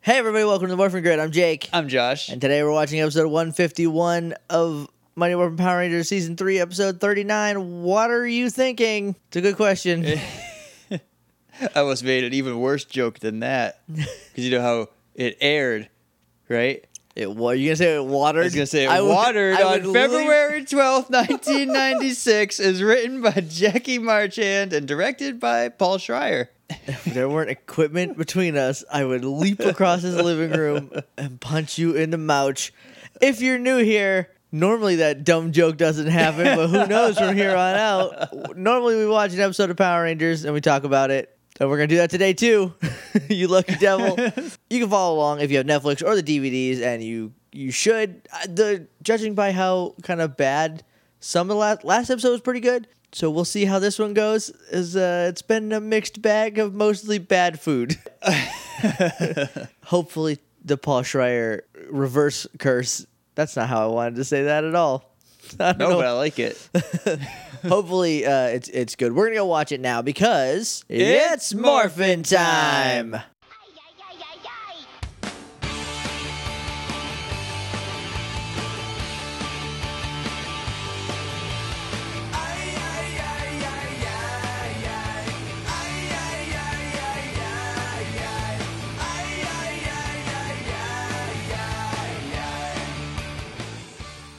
Hey everybody, welcome to the Morphin Grid. I'm Jake. I'm Josh. And today we're watching episode 151 of Mighty Morphin Power Rangers season 3, episode 39. What are you thinking? It's a good Eh. question. I almost made an even worse joke than that because you know how it aired, right? It wa- you gonna say it watered? I was gonna say it would- watered I on would February twelfth, nineteen ninety six, is written by Jackie Marchand and directed by Paul Schreier. leap- If there weren't equipment between us, I would leap across his living room and punch you in the mouth. If you're new here, normally that dumb joke doesn't happen, but who knows from here on out. Normally we watch an episode of Power Rangers and we talk about it. And we're gonna do that today too. you lucky devil. you can follow along if you have Netflix or the DVDs, and you you should. Uh, The judging by how kind of bad some of the last last episode was pretty good, so we'll see how this one goes. Is uh, it's been a mixed bag of mostly bad food. Hopefully, the Paul Schreier reverse curse. That's not how I wanted to say that at all. I don't No, know. but I like it. Hopefully, uh, it's it's good. We're gonna go watch it now because It's morphin' morphin' time. time. Ay, ay, ay, ay, ay.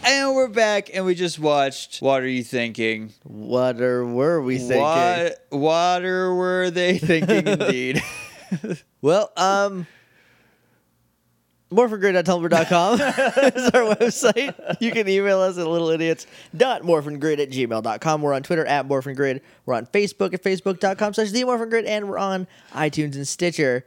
And we're back, and we just watched What Are You Thinking? What are, were we thinking? What, water were they thinking indeed? Well, um, morphingrid.tumblr.com is our website. You can email us at littleidiots.morphingrid at gmail.com. We're on Twitter at morphingrid. We're on Facebook at facebook.com slash themorphingrid. And we're on iTunes and Stitcher.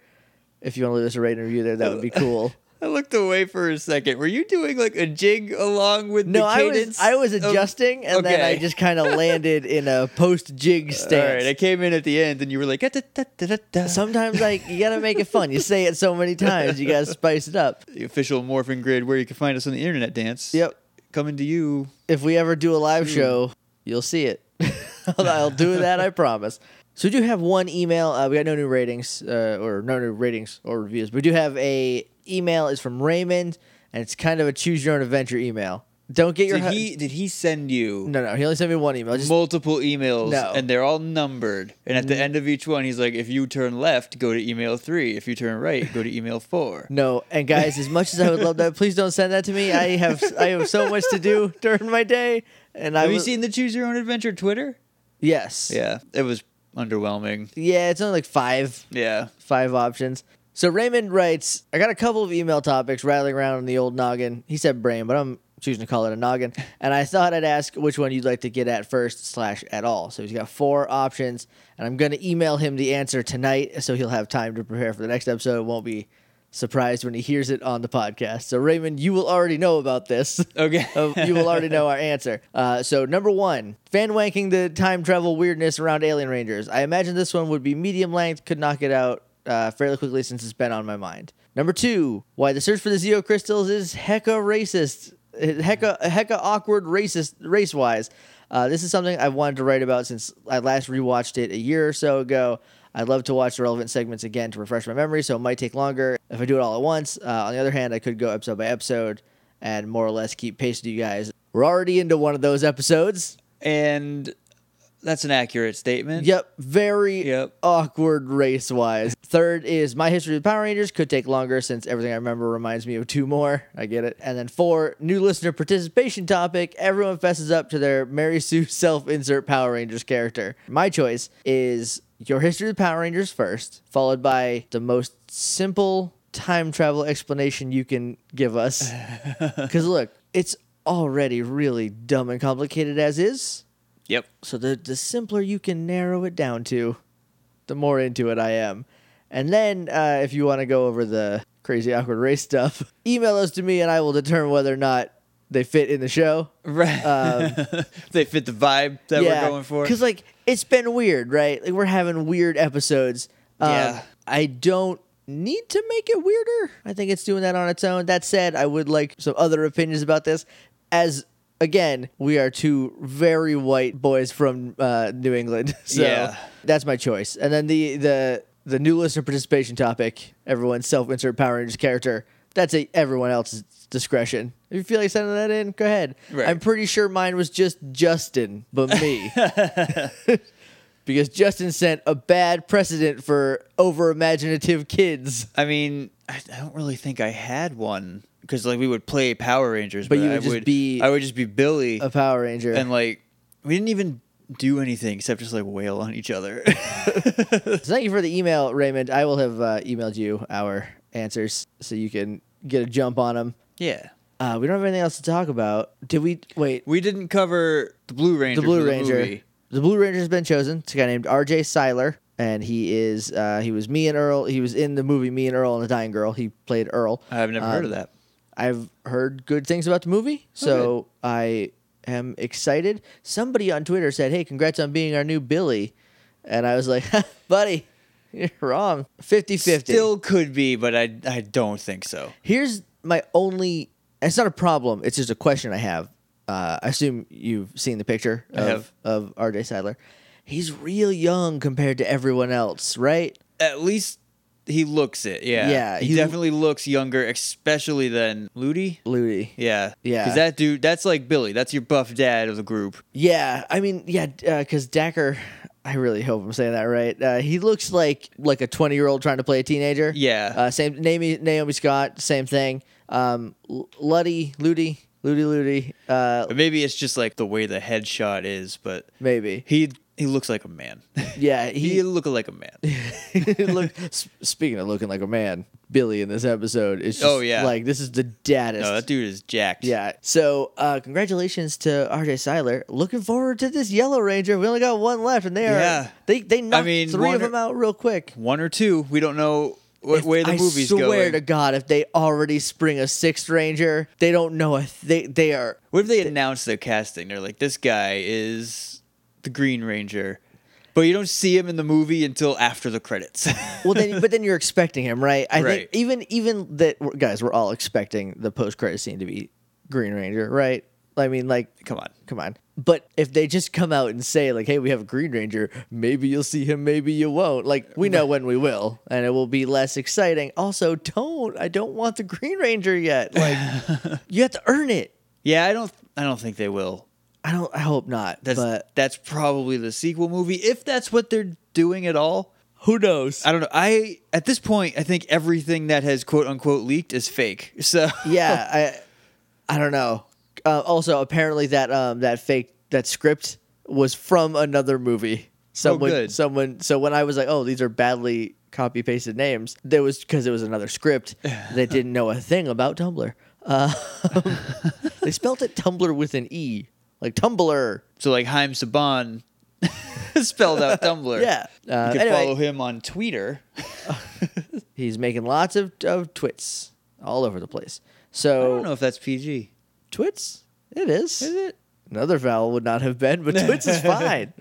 If you want to leave us a rating and review there, that would be cool. I looked away for a second. Were you doing like a jig along with No, the I was cadence? I was of- adjusting, and then I Okay. just kind of landed in a post jig All right, I stance. came in at the end, and you were like, "Da-da-da-da-da-da." Sometimes like you gotta make it fun. You say it so many times, you gotta spice it up. the official Morphin Grid, where you can find us on the internet dance. Yep. Coming to you. if we ever do a live Hmm. show, you'll see it. I'll, I'll do that, I promise. So we do have one email. Uh, we got no new ratings uh, or no new ratings or reviews. But we do have a email. It's from Raymond, and it's kind of a choose your own adventure email. Don't get your Did hu- he did he send you no no. He only sent me one email. Just multiple emails No. and they're all numbered? And at the end of each one, he's like, if you turn left, go to email three. If you turn right, go to email four. no. And guys, as much as I would love that, please don't send that to me. I have I have so much to do during my day, and I Have you will- seen the Choose Your Own Adventure Twitter? yes Yeah, it was underwhelming. yeah. It's only like five Yeah. five options. So Raymond writes, I got a couple of email topics rattling around in the old noggin. He said brain, but I'm choosing to call it a noggin. And I thought I'd ask which one you'd like to get at first slash at all. So he's got four options, and I'm gonna email him the answer tonight, so he'll have time to prepare for the next episode. Won't be surprised when he hears it on the podcast. So Raymond, you will already know about this. Okay. Of- Uh, you will already know our answer. Uh, so number one, fan wanking the time travel weirdness around Alien Rangers. I imagine this one would be medium length, could knock it out uh, fairly quickly since it's been on my mind. Number two, why the search for the Zeo crystals is hecka racist, hecka hecka awkward racist race wise. Uh, this is something I've wanted to write about since I last rewatched it a year or so ago. I'd love to watch the relevant segments again to refresh my memory, so it might take longer if I do it all at once. Uh, on the other hand, I could go episode by episode and more or less keep pace with you guys. We're already into one of those episodes. and that's an accurate statement. Yep, very Yep. awkward race wise. Third is my history with Power Rangers could take longer since everything I remember reminds me of two more. I get it. And then four, new listener participation topic. Everyone fesses up to their Mary Sue self insert Power Rangers character. My choice is your history with Power Rangers first, followed by the most simple time travel explanation you can give us. Because look, it's already really dumb and complicated as is. Yep. So the the simpler you can narrow it down to, the more into it I am. And then uh, if you want to go over the crazy awkward race stuff, email those to me and I will determine whether or not they fit in the show. Right. Um, they fit the vibe that we're going for. Because like it's been weird, right? Like we're having weird episodes. Um, Yeah. I don't need to make it weirder. I think it's doing that on its own. That said, I would like some other opinions about this. As again, we are two very white boys from uh, New England, so Yeah. that's my choice. And then the the. the new listener participation topic, everyone's self-insert Power Rangers character. That's at everyone else's discretion. If you feel like sending that in, go ahead. Right. I'm pretty sure mine was just Justin, but me. because Justin sent a bad precedent for over imaginative kids. I mean, I, I don't really think I had one because like we would play Power Rangers, But but, you would I just would be- I would just be Billy, A Power Ranger. and like we didn't even do anything except just like wail on each other. So thank you for the email, Raymond. I will have uh, emailed you our answers so you can get a jump on them. yeah, Uh, we don't have anything else to talk about. Did we? Wait, we didn't cover the Blue Ranger. the Blue for Ranger. movie. The Blue Ranger has been chosen. It's a guy named R.J. Seiler, and he is uh, he was me and Earl. He was in the movie Me and Earl and the Dying Girl. He played Earl. I've never Um, heard of that. Oh, I've heard good things about the movie, so I am excited. Somebody on Twitter said, "Hey, congrats on being our new Billy," and I was like, "Buddy, you're wrong. 50-50. Still could be, but I I don't think so. Here's my only. It's not a problem. It's just a question I have. Uh, I assume you've seen the picture I of, have. of R.J. Seidler. He's real young compared to everyone else, right? At least he looks it. Yeah, Yeah, He, he- definitely looks younger, especially than Ludi. Ludi. Yeah, Yeah. Because that dude, that's like Billy. That's your buff dad of the group. Yeah, I mean, yeah, because Dacker. I really hope I'm saying that right. Uh, he looks like like a 20 year old trying to play a teenager. Yeah. Uh, same Naomi Naomi Scott. Same thing. Um, L- Luddy, Ludi, Ludi, Ludi. Uh, Or maybe it's just like the way the headshot is, but maybe. he he looks like a man. Yeah. he looked like a man. Look, s- speaking of looking like a man, Billy in this episode is just Oh, yeah. like this is the daddest. No, that dude is jacked. yeah. So, uh, congratulations to RJ Seiler. Looking forward to this Yellow Ranger. We only got one left, and they are Yeah. they they knocked mean, three of wonder- them out real quick. One or two. We don't know wh- If- where the I movie's swear going. to God, if they already spring a sixth Ranger, they don't know if they they are. What if they announce their casting? They're like, this guy is the Green Ranger, but you don't see him in the movie until after the credits. Well, then, but then you're expecting him, right? I Right. think even even that guys, we're all expecting the post credit scene to be Green Ranger, right? I mean, like Come on. Come on. But if they just come out and say, like, hey, we have a Green Ranger, maybe you'll see him, maybe you won't. Like, we know when we will, and it will be less exciting. Also, don't. I don't want the Green Ranger yet. Like, you have to earn it. Yeah, I don't. I don't think they will. I don't, I hope not. That's but that's probably the sequel movie if that's what they're doing at all. who knows? I don't know. I at this point, I think everything that has quote unquote leaked is fake. So yeah, I, I don't know. Uh, also, apparently that um that fake that script was from another movie. Someone, Oh, good. someone. So when I was like, "Oh, these are badly copy pasted names," there was because it was another script that didn't know a thing about Tumblr. Uh, they spelt it Tumblr with an e, like Tumblr. So like Haim Saban spelled out Tumblr. Yeah. Uh, you can anyway. follow him on Twitter. He's making lots of of twits all over the place. I don't know So if that's PG. twits, it is. Is it? Another vowel would not have been, but twits is fine.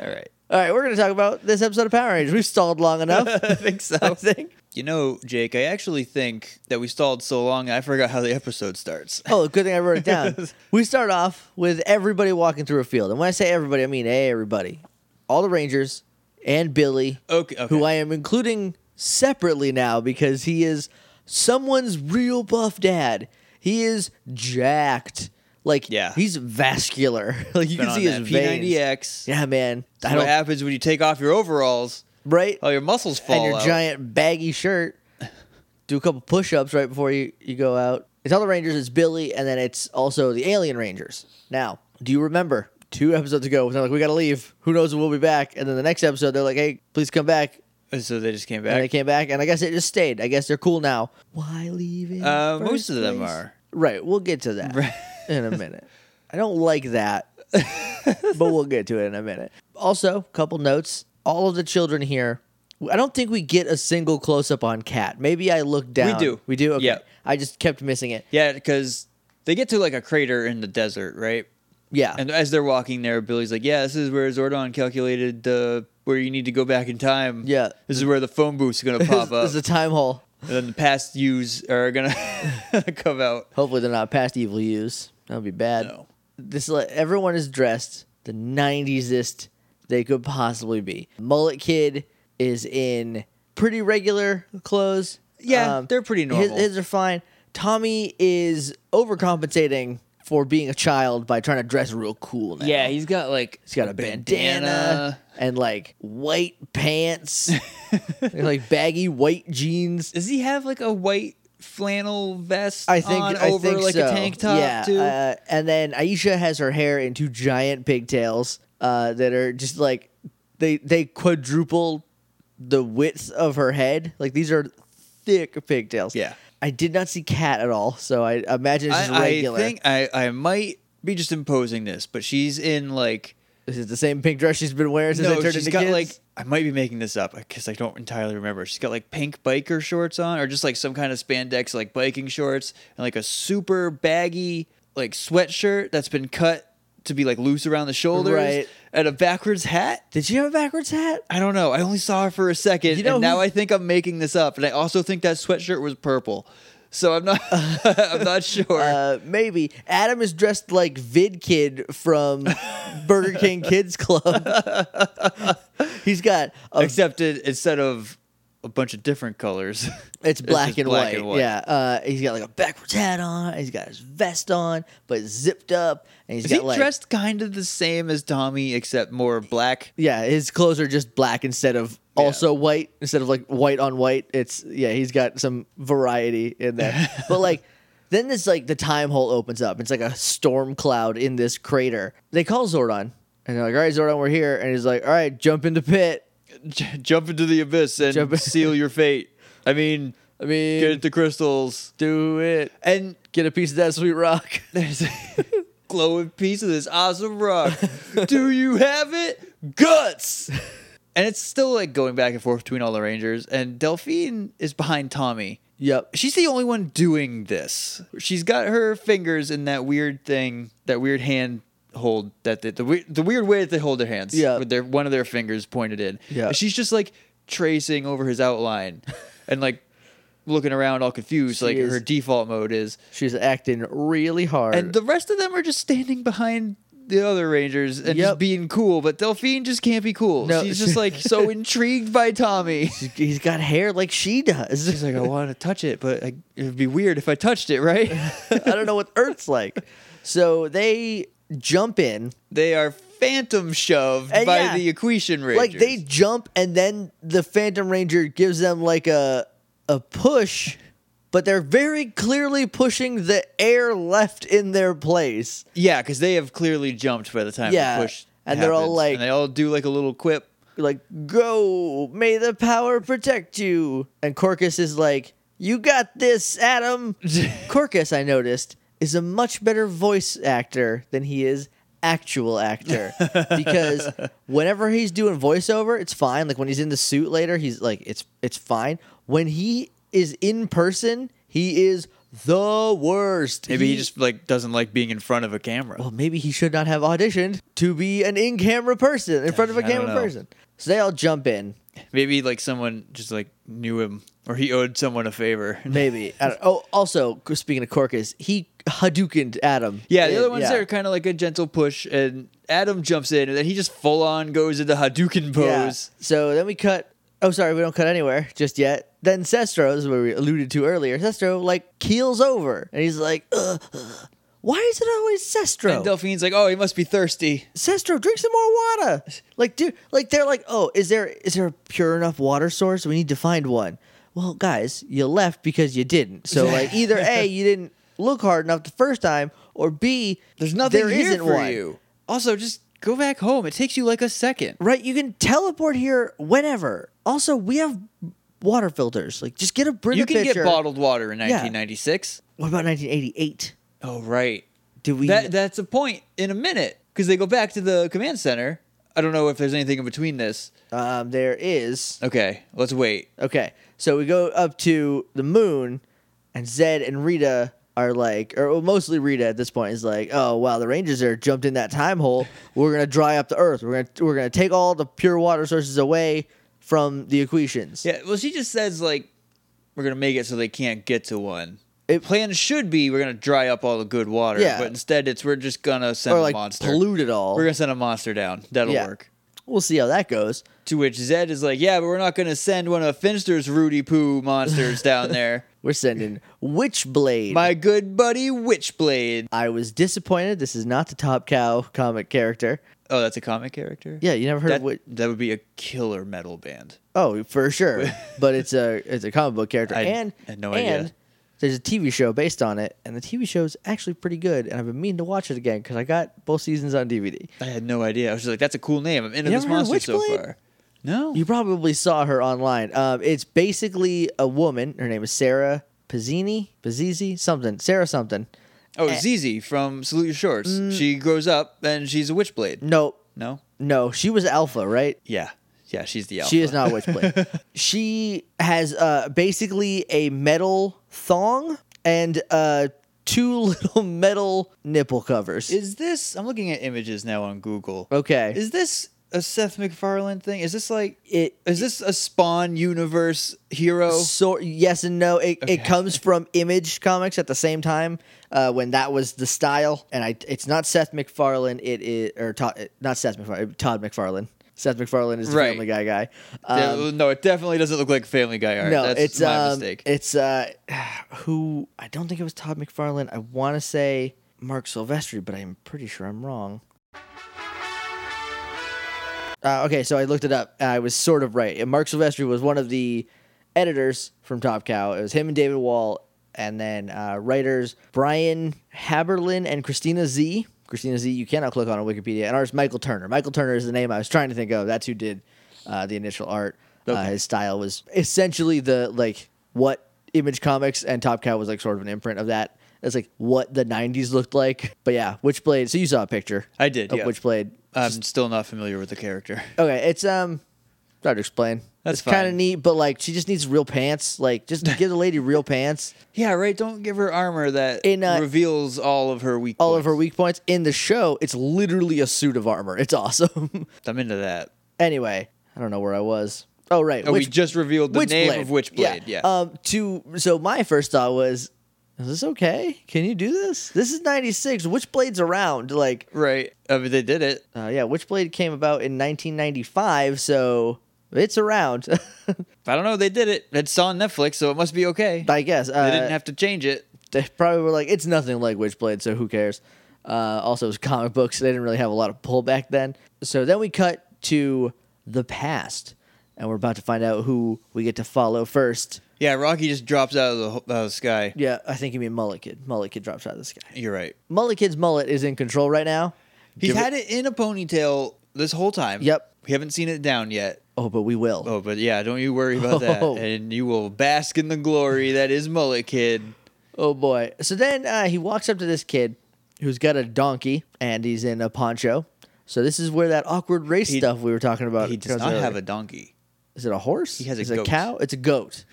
All right. All right, we're going to talk about this episode of Power Rangers. We've stalled long enough. I think so. I think. You know, Jake, I actually think that we stalled so long I forgot how the episode starts. Oh, good thing I wrote it down. we start off with everybody walking through a field. And when I say everybody, I mean everybody. All the Rangers and Billy, Okay, Oh, okay. who I am including separately now because he is someone's real buff dad. He is jacked. Like, Yeah. he's vascular. like, you Been can on see his that veins. P90X. Yeah, man. I What don't, happens when you take off your overalls? right? All your muscles fall and your out. giant baggy shirt. Do a couple push ups right before you, you go out. It's all the Rangers, it's Billy, and then it's also the Alien Rangers. Now, do you remember two episodes ago? They're like, we got to leave. Who knows when we'll be back? And then the next episode, they're like, hey, please come back. Oh, So they just came And they back. came back, and I guess it just stayed. I guess they're cool now. Why leave in Uh, the most first of them place? are. Right, we'll get to that Right. in a minute. I don't like that, but we'll get to it in a minute. Also, couple notes. All of the children here. I don't think we get a single close up on Cat. Maybe I looked down. do. We do. Okay. Yeah. I just kept missing it. Yeah, because they get to like a crater in the desert, right? Yeah. And as they're walking there, Billy's like, "Yeah, this is where Zordon calculated the where you need to go back in time. Yeah. this is where the phone booth's gonna This- pop up, this is a time hole. and then the past yous are gonna come out." Hopefully they're not past evil use. That would be bad. No. This le- everyone is dressed the 90s-ist they could possibly be. Mullet Kid is in pretty regular clothes. Yeah, they're pretty his- normal. His, are fine. Tommy is overcompensating for being a child by trying to dress real cool now. Yeah, he's got like He's got a bandana, and like white pants, and, like baggy white jeans. Does he have like a white flannel vest? I think on I over think like so. a tank top yeah, too. Uh, and then Aisha has her hair in two giant pigtails uh, that are just like they they quadruple the width of her head. Like these are thick pigtails. Yeah. I did not see Cat at all, so I imagine it's just I, I regular. think I, I might be just imposing this, but she's in like Is it the same pink dress she's been wearing since they no, turned she's into got kids? like I might be making this up because I don't entirely remember. She's got like pink biker shorts on, or just like some kind of spandex like biking shorts, and like a super baggy like sweatshirt that's been cut to be like loose around the shoulders, Right. and a backwards hat. Did she have a backwards hat? I don't know. I only saw her for a second, You know and now who- I think I'm making this up. And I also think that sweatshirt was purple, so I'm not. I'm not sure. Uh, maybe Adam is dressed like Vid Kid from Burger King Kids Club. He's got a Except it, instead of a bunch of different colors, It's black, just and, black white. and white. Yeah. Uh, he's got like a backwards hat on. He's got his vest on, but zipped up. And he's is got he like dressed kind of the same as Tommy, except more black? yeah, his clothes are just black instead of Yeah. also white instead of like white on white. It's yeah, he's got some variety in there. but like then this like the time hole opens up. It's like a storm cloud in this crater. They call Zordon and they're like, "All right, Zordon, we're here." And he's like, "All right, jump into pit." J- jump into the abyss and Jump- seal your fate. I mean, I mean, get the crystals do it. and Get a piece of that sweet rock. there's a glowing piece of this awesome rock. Do you have it? Guts. And it's still like going back and forth between all the Rangers. And Delphine is behind Tommy. yep. She's the only one doing this. She's got her fingers in that weird thing, that weird hand hold that they, the we- the weird way that they hold their hands. Yeah. with their one of their fingers pointed in. Yeah. And she's just like tracing over his outline, and like looking around all confused, She like is- her default mode is. She's acting really hard. And the rest of them are just standing behind the other Rangers and Yep. just being cool, but Delphine just can't be cool. No, She's she- just like so intrigued by Tommy. She's- he's got hair like she does. She's like, I want to touch it, but I, it'd be weird if I touched it, right? I don't know what Earth's like. So they jump in, They are phantom shoved And by yeah, the Equation Rangers. like they jump, and then the Phantom Ranger gives them like a a push, but they're very clearly pushing the air left in their place. yeah, because they have clearly jumped by the time Yeah, the push. and they're all happens. like- and they all do like a little quip. Like, go, may the power protect you. And Corcus is like, you got this, Adam. Corcus, I noticed, is a much better voice actor than he is actual actor because whenever he's doing voiceover, it's fine. Like when he's in the suit later, he's like it's it's fine. When he is in person, he is the worst. Maybe he, just like doesn't like being in front of a camera. well, maybe he should not have auditioned to be an in-camera person in front of a I don't camera know. person. So they all jump in. Maybe like someone just like knew him or he owed someone a favor. Maybe. I don't, oh, also speaking of Corcus, he Hadoukened Adam. Yeah, the In- other ones yeah. there are kind of like a gentle push, and Adam jumps in, and then he just full on goes into Hadouken Yeah. pose. So then we cut. Oh, sorry, we don't cut anywhere just yet. Then Sestro, this is what we alluded to earlier. Sestro like keels over, and he's like, Ugh, ugh. "Why is it always Sestro? And Delphine's like, "Oh, he must be thirsty." Sestro, drink some more water." Like, dude, like they're like, "Oh, is there is there a pure enough water source? We need to find one." Well, guys, you left because you didn't. So like, either a you didn't look hard enough the first time, or b There's nothing there here isn't for one. you. Also, just go back home. It takes you like a second. Right, you can teleport here whenever. Also, we have water filters. Like, just get a brim You of can pitcher. get bottled water in 1996. What about 1988? Oh, right. Did we? That that's a point in a minute because they go back to the command center. I don't know if there's anything in between this. um, there is. Okay, let's wait. Okay, so we go up to the moon, and Zed and Rita are like, or well, mostly Rita at this point is like, oh wow, the Rangers are jumped in that time hole. We're gonna dry up the Earth. We're gonna we're gonna take all the pure water sources away from the equations. Yeah, well, she just says like, "We're gonna make it so they can't get to one." It- plan should be we're gonna dry up all the good water, Yeah. but instead it's we're just gonna send or a like monster. pollute it all. We're gonna send a monster down. That'll Yeah. work. We'll see how that goes. To which Zed is like, "Yeah, but we're not going to send one of Finster's Rudy Poo monsters down there. We're sending Witchblade. My good buddy Witchblade. I was disappointed. This is not the Top Cow comic character. Oh, that's a comic character. Yeah, you never heard that, of Witch. that would be a killer metal band. Oh, for sure. but it's a it's a comic book character, I and had no and idea. There's a TV show based on it, and the TV show is actually pretty good. And I've been meaning to watch it again because I got both seasons on DVD. I had no idea. I was just like, "That's a cool name. I'm into You this never heard of monster so Witchblade? far." No, You probably saw her online. Um, it's basically a woman. Her name is Sarah Pizzini, Pizzizi, something. Sarah something. Oh, Eh. Mm. Zizi from Salute Your Shorts. she grows up and she's a Witchblade. No, No? no, she was Alpha, right? Yeah. Yeah, she's the alpha. She is not a Witchblade. she has uh, basically a metal thong and uh, two little metal nipple covers. Is this, I'm looking at images now on Google. okay. Is this a Seth MacFarlane thing? Is this like, it is this a Spawn universe hero? so yes and no it, Oh. Okay. it comes from image comics at the same time uh, when that was the style and i it's not seth macfarlane it is or todd not seth macfarlane todd macfarlane seth macfarlane is the Right. family guy guy Yeah, um, no, it definitely doesn't look like Family Guy art. no That's it's my um, mistake. it's uh who i don't think it was todd macfarlane i want to say mark silvestri but i'm pretty sure i'm wrong Uh, okay, so I looked it up. I was sort of right. And Mark Silvestri was one of the editors from Top Cow. It was him and David Wall, and then uh, writers Brian Haberlin and Christina Z. Christina Z, you cannot click on on Wikipedia. And artist Michael Turner. Michael Turner is the name I was trying to think of. That's who did uh, the initial art. Uh, Okay. his style was essentially the like what Image Comics and Top Cow was like sort of an imprint of that. It's like what the '90s looked like. But yeah, Witchblade. So you saw a picture. I did, Of yeah. Um, Witchblade. I'm still not familiar with the character. Okay, it's um hard to explain. That's it's kind of fine. neat, but like she just needs real pants. Like just give the lady real pants. Yeah, right. Don't give her armor that In, uh, reveals all of her weak All points. of her weak points in the show, it's literally a suit of armor. It's awesome. I'm into that. anyway, I don't know where I was. Oh right, Oh, we Witch- just revealed the name Witchblade. of Witchblade. Yeah. uh, Um. To so my first thought was, is this okay? Can you do this? This is '96. Witchblade's around. Like, right. I mean, they did it. uh, yeah, Witchblade came about in 1995, so it's around. I don't know. They did it. It's on Netflix, so it must be okay. I guess. Uh, they didn't have to change it. they probably were like, it's nothing like Witchblade, so who cares? Uh, also, it was comic books. They didn't really have a lot of pullback then. So then we cut to the past, and we're about to find out who we get to follow first. Yeah, Rocky just drops out of the, ho- out of the sky. Yeah, I think you mean Mullet Kid. Mullet Kid drops out of the sky. You're right. Mullet Kid's mullet is in control right now. He's Give had it in a ponytail this whole time. Yep. We haven't seen it down yet. Oh, but we will. Oh, but yeah, don't you worry about that. Oh. And you will bask in the glory that is Mullet Kid. Oh boy. So then uh, he walks up to this kid who's got a donkey and he's in a poncho. So this is where that awkward race He- stuff we were talking about. He does comes not earlier. have a donkey. Is it a horse? He has a Is goat. it a cow? It's a goat.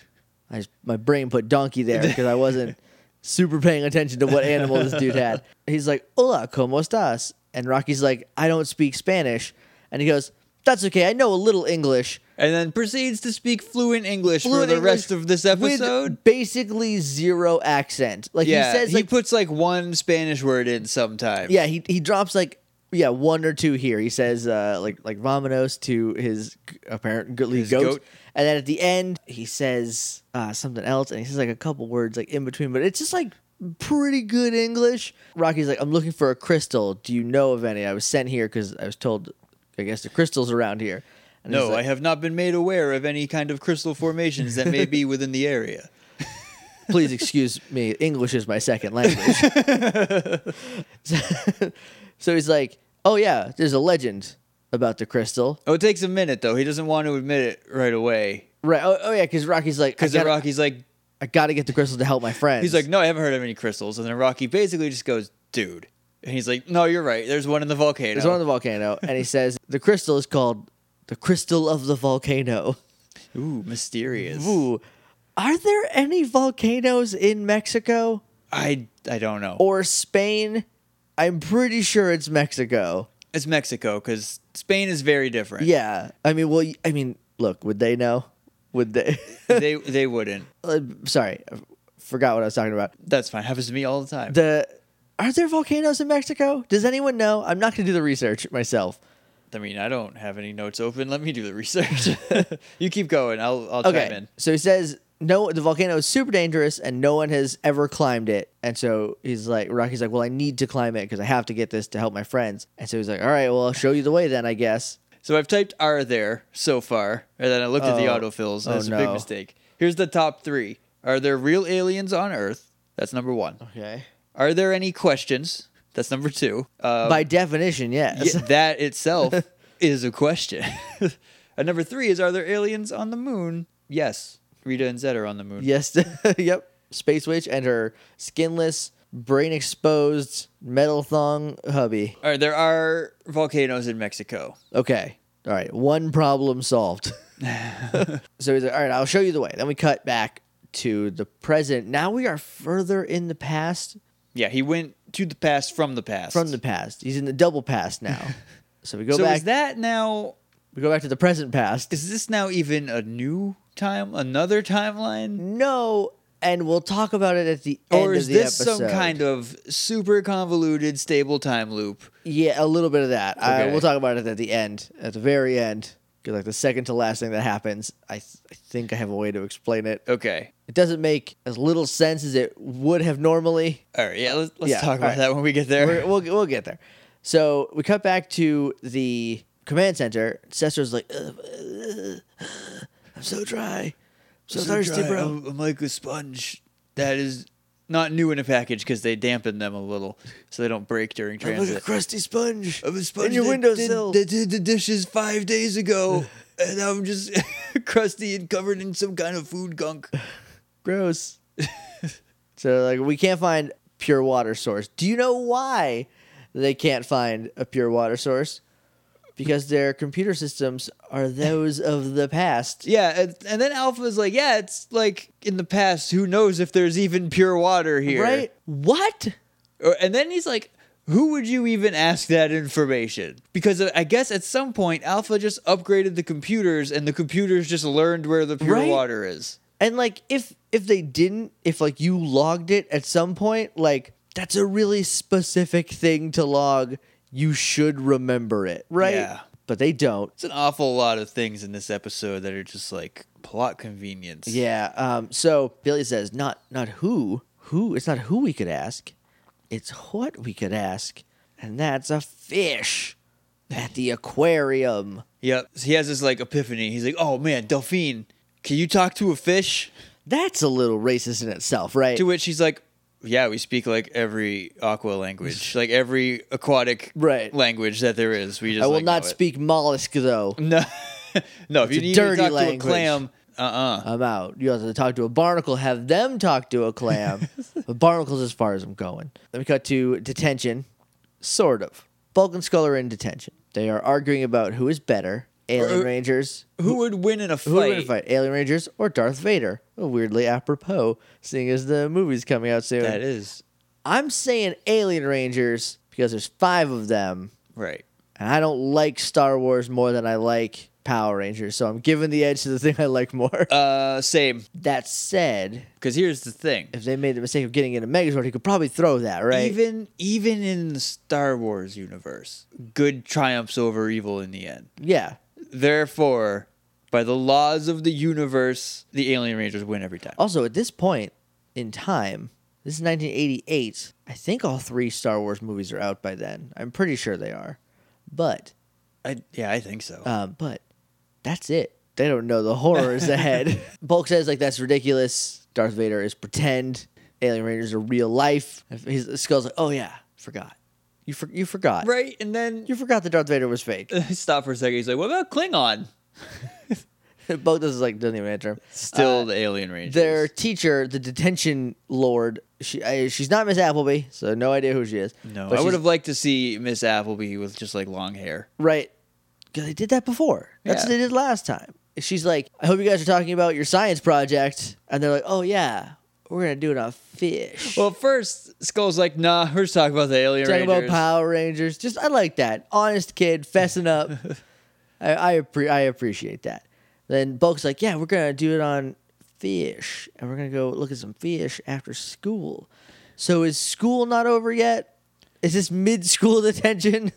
I just, my brain put donkey there because I wasn't super paying attention to what animal this dude had. He's like, "Hola, cómo estás?" And Rocky's like, "I don't speak Spanish," and he goes, "That's okay. I know a little English." And then proceeds to speak fluent English for Fluent the English rest of this episode. with basically zero accent. Like yeah, he says, like puts like one Spanish word in sometimes. yeah, he he drops like yeah one or two here. He says uh, like like Romanos to his g- apparently His goat. goat. and then at the end he says uh, something else, and he says like a couple words like in between, but it's just like pretty good English. Rocky's like, I'm looking for a crystal. Do you know of any? I was sent here because I was told, I guess the crystals around here. And No, he's like, I have not been made aware of any kind of crystal formations that may be within the area. please excuse me. English is my second language. so, so he's like, oh yeah, there's a legend about the crystal. Oh, it takes a minute though. He doesn't want to admit it right away Right. Oh, oh yeah, because Rocky's like, I because then gotta, Rocky's like, I gotta get the crystal to help my friends. he's like, no, I haven't heard of any crystals. And then Rocky basically just goes, dude. And he's like, no, you're right. There's one in the volcano. there's one on the volcano, and he says the crystal is called the crystal of the volcano. Ooh, mysterious. Ooh, are there any volcanoes in Mexico I I don't know. or Spain? I'm pretty sure it's Mexico. It's Mexico because Spain is very different. Yeah, I mean, well, I mean, look, would they know? Would they? they they wouldn't. Uh, sorry, I forgot what I was talking about. That's fine. Happens to me all the time. The are there volcanoes in Mexico? Does anyone know? I'm not gonna do the research myself. I mean, I don't have any notes open. Let me do the research. you keep going. I'll I'll chime Okay. in. So he says no the volcano is super dangerous and no one has ever climbed it. And so he's like Rocky's like, "Well, I need to climb it because I have to get this to help my friends." And so he's like, "All right, well, I'll show you the way then, I guess." So I've typed R there so far, and then I looked at the Oh. autofills. Oh, And that's a big no. mistake. Here's the top three. Are there real aliens on Earth? That's number one. Okay. Are there any questions? That's number two. Um, By definition, yes. yeah, that itself is a question. and number three is: Are there aliens on the moon? Yes. Rita and Zed are on the moon. Yes. yep. Space Witch and her skinless, brain exposed, metal thong hubby. All right, there are volcanoes in Mexico. Okay. All right. One problem solved. so he's like, all right, I'll show you the way. Then we cut back to the present. Now we are further in the past Yeah, he went to the past from the past. from the past. He's in the double past now. so we go so back is that now? we go back to the present past. Is this now even a new time? Another timeline? No, and we'll talk about it at the end Or of is the this episode. some kind of super convoluted stable time loop? Yeah, a little bit of that. I, Okay. we'll talk about it at the end, at the very end. 'Cause, like the second to last thing that happens, I, th- I think I have a way to explain it. Okay. It doesn't make as little sense as it would have normally. All right. Yeah. Let's, let's Yeah, talk all about right. that when we get there. We're, we'll we'll get there. So we cut back to the command center. Cester's like, "Ugh, uh, I'm so dry, I'm so, So thirsty, dry, Oh, bro. I'm, I'm like a sponge that is not new in a package because they dampen them a little so they don't break during I'm like a transit. crusty sponge. I'm a sponge in your that windowsill. Did, that did the dishes five days ago, and I'm just crusty and covered in some kind of food gunk. Gross. so like we can't find pure water source. Do you know why they can't find a pure water source? Because their computer systems are those of the past. Yeah, and, and then Alpha's like, yeah, it's like in the past. Who knows if there's even pure water here? Right? What? Or- And then he's like, who would you even ask that information? Because uh, I guess at some point Alpha just upgraded the computers, and the computers just learned where the pure Right? water is. And like if if they didn't, if like you logged it at some point, like that's a really specific thing to log. You should remember it, right? Yeah. But they don't. It's an awful lot of things in this episode that are just like plot convenience. Yeah. Um, so Billy says, not not who, who. It's not who we could ask, it's what we could ask, and that's a fish at the aquarium. Yep. So he has this like epiphany. He's like, "Oh man, Delphine, can you talk to a fish?" That's a little racist in itself, right? To which she's like, "Yeah, we speak like every aqua language, like every aquatic Right. language that there is. We just I will like, not know it." speak mollusk though. No, no. If It's you a need to dirty talk language. to a clam, uh-uh. I'm out. You have to talk to a barnacle. Have them talk to a clam. but barnacles, as far as I'm going. Let me cut to detention. Sort of. Bulk and Skull are in detention. They are arguing about who is better, Alien Uh, Rangers Who would win in a fight? Who would win a fight, Alien Rangers or Darth Vader? Weirdly apropos, seeing as the movie's coming out soon. That is I'm saying Alien Rangers because there's five of them, right. and I don't like Star Wars more than I like Power Rangers, so I'm giving the edge to the thing I like more. Uh, same. that said, Because here's the thing. if they made the mistake of getting in a Megazord, he could probably throw that, right? Even even in the Star Wars universe, good triumphs over evil in the end. yeah. Therefore, by the laws of the universe, the Alien Rangers win every time. Also, at this point in time, this is 1988. I think all three Star Wars movies are out by then. I'm pretty sure they are. But I, yeah, I think so. Um, but that's it. They don't know the horrors ahead. Bulk says like that's ridiculous. Darth Vader is pretend. Alien Rangers are real life. His skull's like, oh yeah, forgot. You for- you forgot. right, and then You forgot that Darth Vader was fake. stop for a second. He's like, "What about Klingon?" Bulk doesn't like doesn't even answer him. Uh, Still the Alien Rangers. Their teacher, the detention lord, she I, she's not Miss Appleby, so no idea who she is. no. But I she's- would have liked to see Miss Appleby with just like long hair. Right. Because they did that before. That's what Yeah. they did last time. She's like, I hope you guys are talking about your science project. And they're like, oh, yeah, we're going to do it on fish. Well, first Skull's like, "Nah, we're just talking about the Alien talking Rangers." about Power Rangers. Just, I like that. Honest kid, fessing up. I, I, appre- I appreciate that. Then Bulk's like, yeah, we're going to do it on fish. And we're going to go look at some fish after school. So is school not over yet? Is this mid school detention?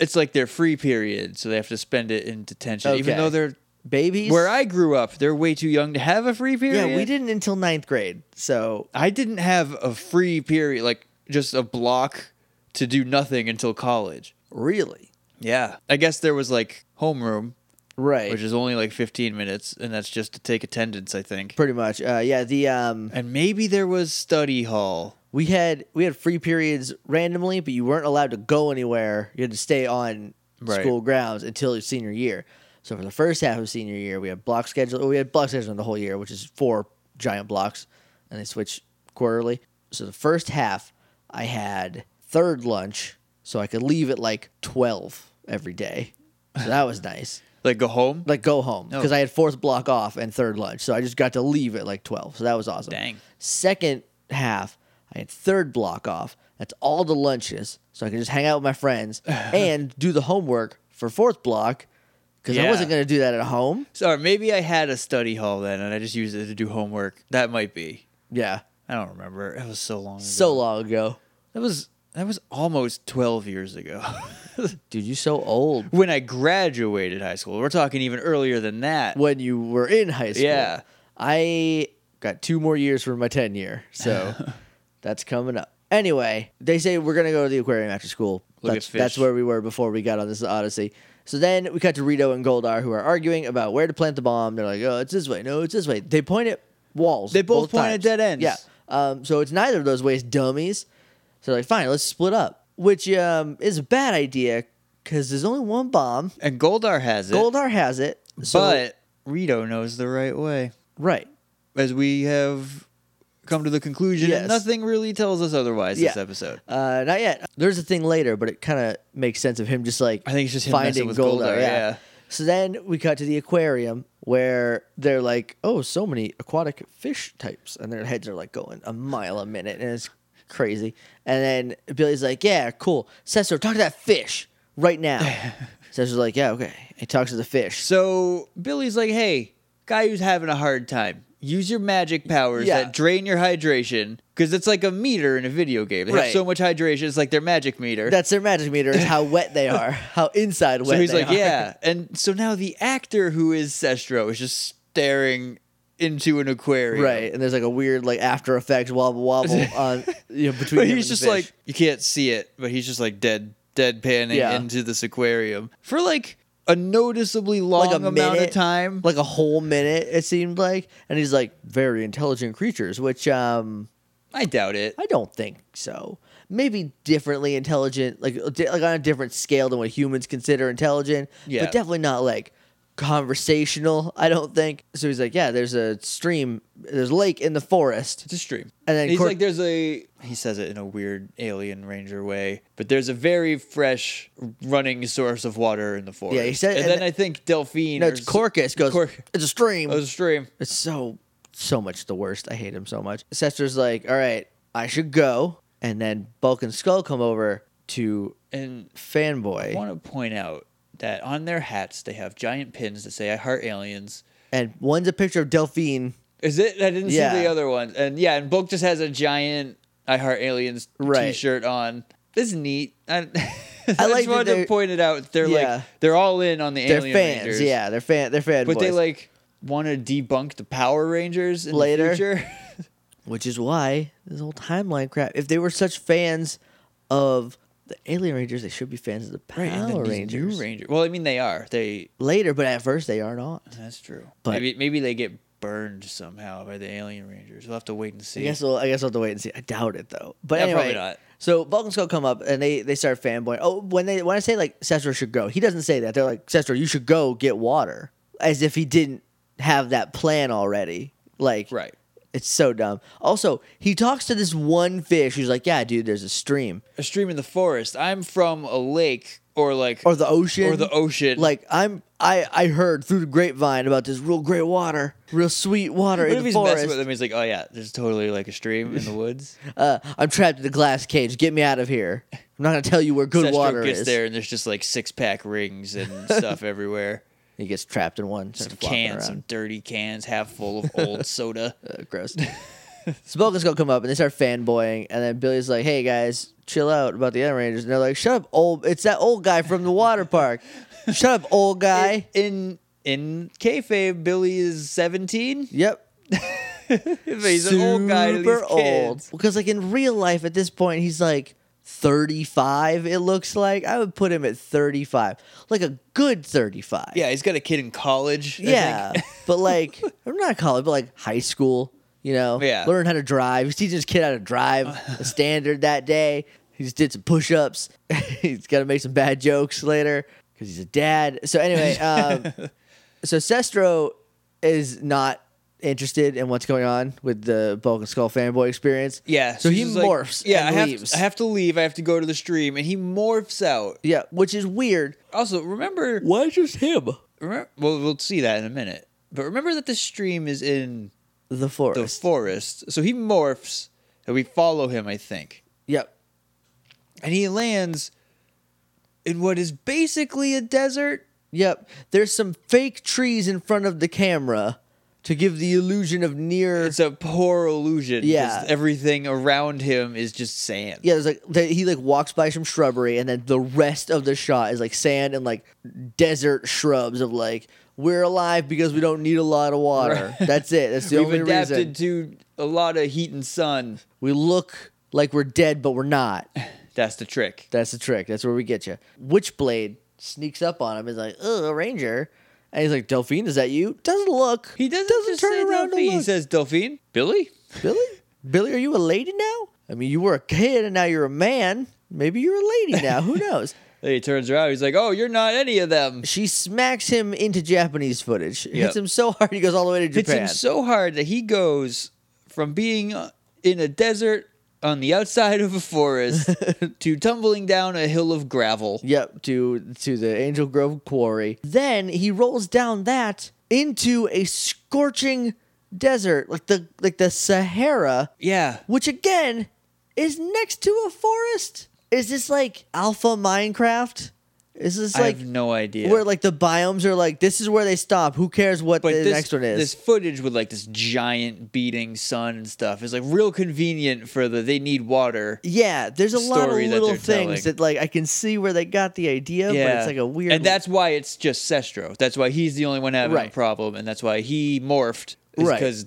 it's like their free period, so they have to spend it in detention, even Okay. though they're Babies. where I grew up. They're way too young to have a free period. Yeah, we didn't until ninth grade. So I didn't have a free period, like just a block to do nothing until college. really, Yeah, I guess there was like homeroom, right? which is only like 15 minutes, and that's just to take attendance, I think. pretty much. Uh, yeah. The um, And maybe there was study hall. we had we had free periods randomly, but you weren't allowed to go anywhere. You had to stay on Right. school grounds until your senior year. So for the first half of senior year, we had block schedule. We had block scheduling the whole year, which is four giant blocks, and they switch quarterly. So the first half, I had third lunch, so I could leave at like twelve every day. So that was nice. Like go home. like go home Oh. because I had fourth block off and third lunch, so I just got to leave at like twelve. So that was awesome. Dang. Second half, I had third block off. That's all the lunches, so I could just hang out with my friends and do the homework for fourth block because I Yeah. wasn't going to do that at home. Sorry, maybe I had a study hall then, and I just used it to do homework. That might be. Yeah, I don't remember. It was so long. Ago. so long ago, that was that was almost 12 years ago. dude. You're so old. when I graduated high school, we're talking even earlier than that. When you were in high school, Yeah. I got two more years for my ten year, so that's coming up. Anyway, they say we're gonna go to the aquarium after school. Look at that's, that's fish. where we were before we got on this Odyssey. So then we cut to Rito and Goldar who are arguing about where to plant the bomb. They're like, "Oh, it's this way. No, it's this way." They point at walls. They both point at dead ends. Yeah. Um, so it's neither of those ways, dummies. So they're like, "Fine, let's split up," which um, is a bad idea because there's only one bomb. And Goldar has it. Goldar has it, so, but Rito knows the right way. right. As we have come to the conclusion, and Yes. nothing really tells us otherwise this Yeah. episode. Uh, not yet. There's a thing later, but it kind of makes sense of him just like I think it's just him finding messing with Goldar. Goldar, yeah. yeah. So then we cut to the aquarium where they're like, "Oh, so many aquatic fish types," and their heads are like going a mile a minute, and it's crazy. And then Billy's like, "Yeah, cool, Cesar, talk to that fish right now." Cesar's like, "Yeah, okay." He talks to the fish. So Billy's like, hey, guy who's having a hard time, use your magic powers Yeah. that drain your hydration. Because it's like a meter in a video game. They Right. have so much hydration, it's like their magic meter. That's their magic meter is how wet they are, how inside wet. so he's they like, are. yeah. And so now the actor who is Sestro is just staring into an aquarium. Right, and there's like a weird like after effects wobble wobble on you know, between. But him he's and the just fish. like you can't see it, but he's just like dead deadpanning Yeah. into this aquarium for like a noticeably long a amount of minute? time. like a whole minute it seemed like and he's like very intelligent creatures which um I doubt it. i don't think so maybe differently intelligent like uh, di- like on a different scale than what humans consider intelligent Yeah. but definitely not like conversational i don't think so he's like yeah there's a stream there's a lake in the forest It's a stream. And then he's Cor- like, there's a. He says it in a weird alien ranger way, but there's a very fresh running source of water in the forest. Yeah, he said- And, and then th- I think Delphine. no or it's s- corcus goes Corc- it's a stream Oh, it's a stream. It's so so much the worst. I hate him so much. Sester's like, all right, I should go, and then Bulk and Skull come over to And I fanboy, want to point out that on their hats they have giant pins that say "I heart aliens." and one's a picture of Delphine, Is it? I didn't Yeah. see the other one. And yeah, and Book just has a giant I Heart Aliens Right. T-shirt on. This is neat. I, I I like like that just wanted they're- to point it out. They're Yeah. like they're all in on the they're Alien fans, Rangers. yeah, they're fan, they're fanboys, but they like want to debunk the Power Rangers in Later. the future. which is why this whole timeline crap. If they were such fans of the Alien Rangers, they should be fans of the Power And then these new Rangers Ranger- Well, I mean they are. They later, but at first they are not. that's true. But- maybe maybe they get burned somehow by the Alien Rangers. We'll have to wait and I see. guess we'll I guess we'll have to wait and see. I doubt it though. But Yeah, anyway, probably not. So Bulk and Skull come up and they they start fanboying. Oh, when they when I say like Cestro should go, he doesn't say that. They're like Cestro, you should go get water, as if he didn't have that plan already. Like Right. It's so dumb. Also, he talks to this one fish who's like, "Yeah, dude, there's a stream a stream in the forest. I'm from a lake or like or the ocean Or the ocean. Like I'm I I heard through the grapevine about this real great water, real sweet water What in if the he's forest. messing with them? He's like, oh yeah, there's totally like a stream in the woods. uh, I'm trapped in the glass cage. Get me out of here. I'm not gonna tell you where good Sestro water gets is. there and there's just like six pack rings and stuff everywhere. He gets trapped in one. Some starts flopping cans, some around. dirty cans, half full of old soda. Uh, gross. Smokin's gonna come up and they start fanboying, and then Billy's like, "Hey guys, chill out about the Alien Rangers." And they're like, "Shut up, old! It's that old guy from the water park. Shut up, old guy." in in kayfabe, Billy is seventeen. Yep. He's an old guy to these Super kids. Because like in real life, at this point, he's like thirty-five. It looks like I would put him at thirty-five, like a good thirty-five. Yeah, he's got a kid in college. I Yeah, think. but like I'm not college, but like high school. You know, Yeah. learn how to drive. He's teaching his kid how to drive a standard that day. He just did some push-ups. he's got to make some bad jokes later because he's a dad. So anyway, um, so Sestro is not interested in what's going on with the Bulk and Skull fanboy experience. yeah. So he she's like, morphs. and yeah, I have leaves. to. I have to leave. I have to go to the stream, and he morphs out. yeah, which is weird. Also, remember, Why just him? remember. Well, we'll see that in a minute. But remember that the stream is in The the forest. forest. So he morphs, and we follow him. I think, yep. and he lands in what is basically a desert. Yep. There's some fake trees in front of the camera to give the illusion of near. It's a poor illusion. 'cause Yeah. everything around him is just sand. yeah, there's like that he like walks by some shrubbery, and then the rest of the shot is like sand and like desert shrubs of like we're alive because we don't need a lot of water. That's it. That's the We've only adapted reason to a lot of heat and sun. we look like we're dead, but we're not. That's the trick. That's the trick. That's where we get you. Witchblade sneaks up on him. Is like, oh, a ranger, and he's like, Delphine, is that you? Doesn't look. He doesn't, doesn't just turn say around to Delphine. He look. says Delphine. Billy? Billy? Billy, are you a lady now? I mean, you were a kid and now you're a man. Maybe you're a lady now. Who knows? Then he turns around. He's like, "Oh, you're not any of them." She smacks him into Japanese footage. Yep. Hits him so hard he goes all the way to Hits Japan. him so hard that he goes from being uh, in a desert on the outside of a forest to tumbling down a hill of gravel. yep, to to the Angel Grove quarry. Then he rolls down that into a scorching desert, like the like the Sahara, Yeah, which again is next to a forest. Is this like alpha Minecraft? Is this I like have no idea. where like the biomes are like this is where they stop. Who cares what but the this, next one is? this footage with like this giant beating sun and stuff is like real convenient for the they need water. yeah, there's a lot of story that little they're things telling. that like I can see where they got the idea, but it's like a weird. And that's why it's just Sestro. That's why he's the only one having a Right. problem, and that's why he morphed. Is Right. Because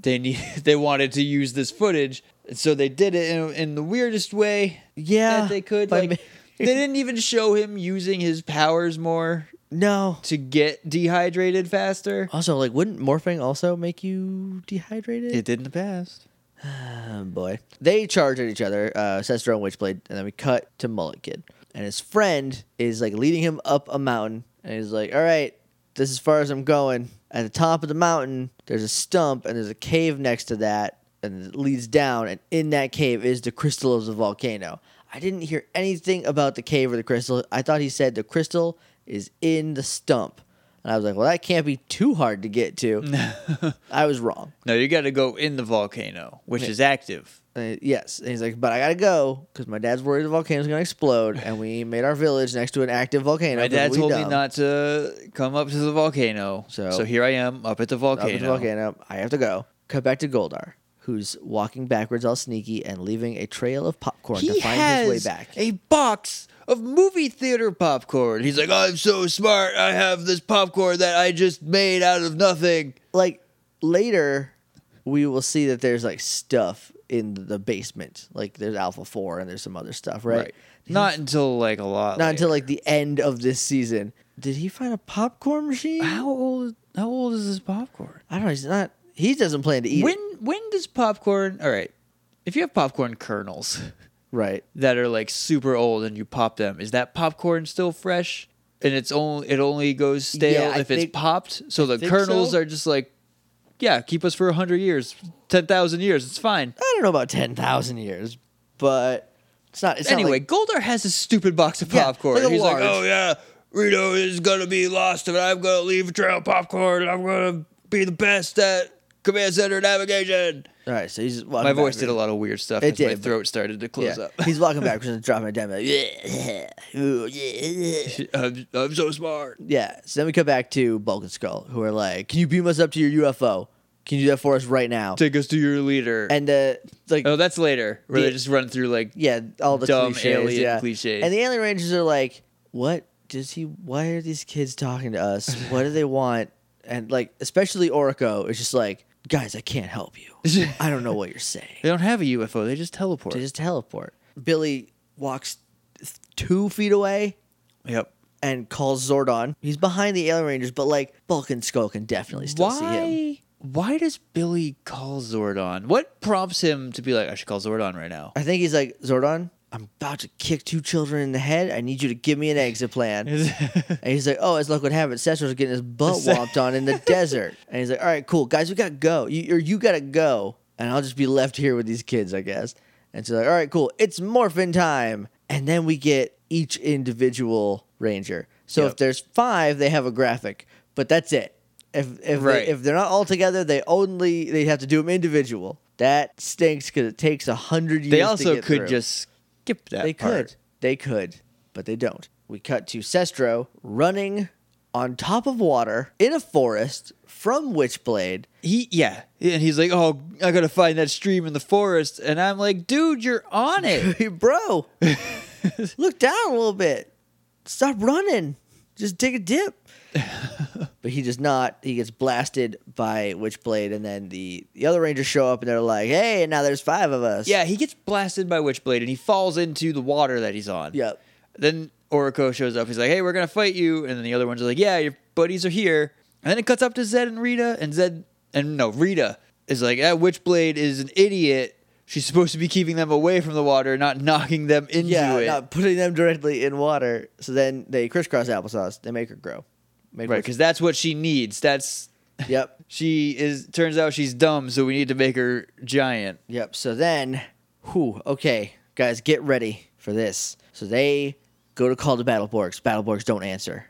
they need they wanted to use this footage, and so they did it in, in the weirdest way yeah that they could. by Like, ma- they didn't even show him using his powers more no. to get dehydrated faster. Also, like, wouldn't morphing also make you dehydrated? It did in the past. Oh boy. They charge at each other, uh, Sestro and Witchblade, and then we cut to Mullet Kid. And his friend is like leading him up a mountain, and he's like, All right, this is as far as I'm going. At the top of the mountain, there's a stump, and there's a cave next to that, and it leads down, and in that cave is the crystal of the volcano. I didn't hear anything about the cave or the crystal. I thought he said the crystal is in the stump. And I was like, Well, that can't be too hard to get to. I was wrong. No, you got to go in the volcano, which is active. Uh, yes. And he's like, but I gotta go because my dad's worried the volcano's gonna explode, and we made our village next to an active volcano. My 'cause dad we told me dumb." not to come up to the volcano, so, So- here I am up at the Up volcano. at the volcano. I have to go. Cut back to Goldar, who's walking backwards, all sneaky, and leaving a trail of popcorn to find his way back. a box of movie theater popcorn. He's like, I'm so smart. I have this popcorn that I just made out of nothing. like later, we will see that there's like stuff in the basement. Like there's Alpha Four and there's some other stuff, right? Not until like a lot. Not until like the end of this season. Did he find a popcorn machine? how old? How old is this popcorn? I don't know. He's not. He doesn't plan to eat When it, when does popcorn? All right, if you have popcorn kernels right? that are like super old and you pop them, is that popcorn still fresh? And it's only it only goes stale Yeah, I if think- it's popped. So the think kernels so. are just like, yeah, keep us for hundred years, ten thousand years. It's fine. I don't know about ten thousand years, but it's not. It's anyway, not Goldar has a stupid box of Yeah, popcorn. like a He's large. like, oh yeah, Rito is gonna be lost, and I'm gonna leave a trail of popcorn, and I'm gonna be the best at command center navigation. like, all right. So he's just walking My voice backwards. did a lot of weird stuff. It as my did, but- throat started to close Yeah. up. he's walking backwards and dropping a demo. Yeah, Ooh, yeah. I'm, I'm so smart. Yeah, So then we come back to Bulk and Skull, who are like, "Can you beam us up to your UFO? Can you do that for us right now? Take us to your leader. And the like, oh, that's later where The- they just run through like yeah, all the dumb cliches, alien yeah. cliches. And the alien rangers are like, "What does he? Why are these kids talking to us? What do they want?" And like, especially Orico is just like, "Guys, I can't help you. I don't know what you're saying." they don't have a UFO. They just teleport. They just teleport. Billy walks th- two feet away yep. and calls Zordon. He's behind the alien rangers, but like Bulk and Skull can definitely still see him. Why? Why does Billy call Zordon? What prompts him to be like, I should call Zordon right now? I think he's like Zordon. I'm about to kick two children in the head. I need you to give me an exit plan. And he's like, oh, as luck would have it, Cesar's getting his butt whopped on in the desert. And he's like, all right, cool, guys, we gotta go. You, or you gotta go, and I'll just be left here with these kids, I guess. And so like, all right, cool, it's morphin time. And then we get each individual ranger. So Yep. if there's five, they have a graphic, but that's it. If if they, Right. if they're not all together, they only they have to do them individual. That stinks because it takes a hundred years. they to also get could through. just skip that. They part. could. They could, but they don't. We cut to Sestro running on top of water in a forest from Witchblade. He yeah, and he's like, "Oh, I gotta find that stream in the forest," and I'm like, "Dude, you're on it." Hey, bro, look down a little bit. Stop running. Just take a dip. but he does not. He gets blasted by Witchblade, and then the, the other Rangers show up and they're like, hey, now there's five of us. yeah, he gets blasted by Witchblade, and he falls into the water that he's on. Yep. Then Oriko shows up. He's like, "Hey, we're gonna fight you," and then the other ones are like, "Yeah, your buddies are here." And then it cuts up to Zed and Rita, and Zed and no Rita is like, "That Witchblade is an idiot. She's supposed to be keeping them away from the water, not knocking them into yeah, it." not putting them directly in water. So then they crisscross applesauce. They make her grow. Make right, because that's what she needs. That's Witch- Yep. she is. Turns out she's dumb, so we need to make her giant. Yep. So then, whew, okay, guys, get ready for this. So they go to call the Battleborgs. Battleborgs don't answer.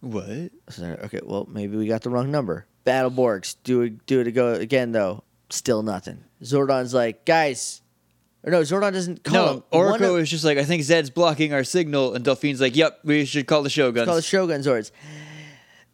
What? So they're, okay, well, maybe we got the wrong number. Battleborgs, do it, do it go again though. Still nothing. Zordon's like, guys, or no, Zordon doesn't call him. No, One of- Oracle is just like, I think Zed's blocking our signal, and Delphine's like, yep, we should call the Shoguns. called Shogun Zords.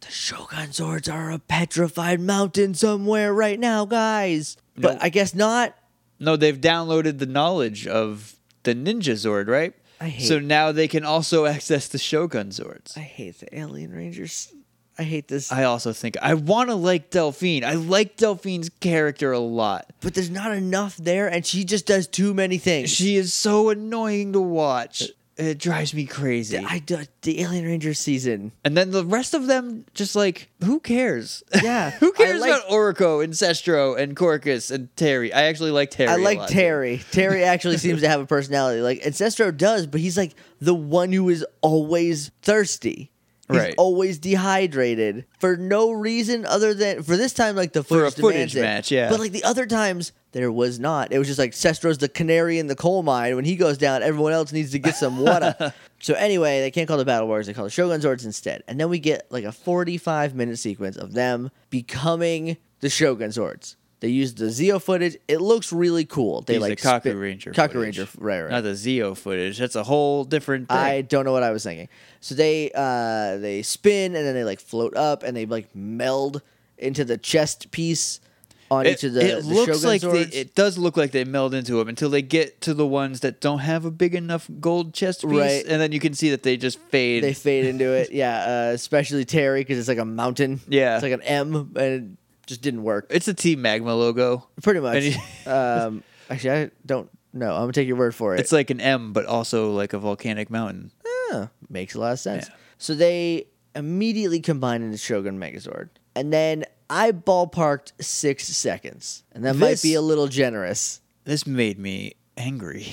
The Shogun Zords are a petrified mountain somewhere right now, guys. But No. I guess not. no, they've downloaded the knowledge of the Ninja Zord, right? I hate- so now they can also access the Shogun Zords. I I, hate the Alien Rangers. I hate this. also think I want to like Delphine. I like Delphine's character a lot. but there's not enough there, and she just does too many things. She is so annoying to watch. It drives me crazy. I do, the Alien Ranger season. and then the rest of them, just like, who cares? Yeah, who I cares like- about Oracle and Sestro and Corcus and Terry? I actually like Terry. I a like lot, too. Terry. Terry actually seems to have a personality. Like Ancestro does, but he's like the one who is always thirsty. He's Right. always dehydrated for no reason other than for this time, like the footage, a footage demands it. match, yeah. But like the other times, there was not. It was just like Sestro's the canary in the coal mine. When he goes down, everyone else needs to get some water. so anyway, they can't call the battle wars. They call the Shogun Zords instead. And then we get like a forty-five minute sequence of them becoming the Shogun Zords. They use the Zeo footage. It looks really cool. They He's like the Kaku spit- Ranger. Kaku footage. Ranger, right, right. Not the Zeo footage. That's a whole different thing. I don't know what I was thinking. So they uh they spin and then they like float up and they like meld into the chest piece on it, each of the, it the looks Shogun like they, Zords. it does look like they meld into them until they get to the ones that don't have a big enough gold chest piece, Right. and then you can see that they just fade. they fade into it. Yeah, uh, especially Terry because it's like a mountain. Yeah. it's like an M, and it just didn't work. it's a Team Magma logo. Pretty much. And um, actually, I don't know. I'm gonna take your word for it. It's like an M, but also like a volcanic mountain. Huh, makes a lot of sense. So they immediately combine into Shogun Megazord, and then I ballparked six seconds, and that might This- be a little generous. This made me angry.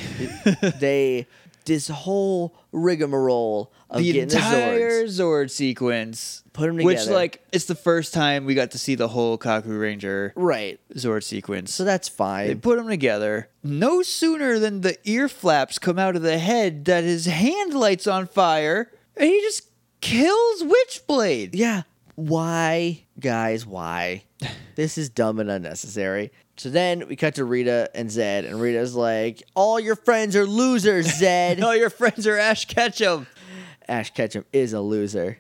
they this whole rigmarole of the getting entire the Zords. Zord sequence. Put 'em Which, together. like, it's the first time we got to see the whole Kaku Ranger Right. Zord sequence. So that's They fine. put them together. No sooner than the ear flaps come out of the head that his hand lights on fire, and he just kills Witchblade. yeah. Why, guys, why? this is dumb and unnecessary. So then we cut to Rita and Zed, and Rita's like, All your friends are losers, Zed. And all your friends are Ash Ketchum. Ash Ketchum is a loser.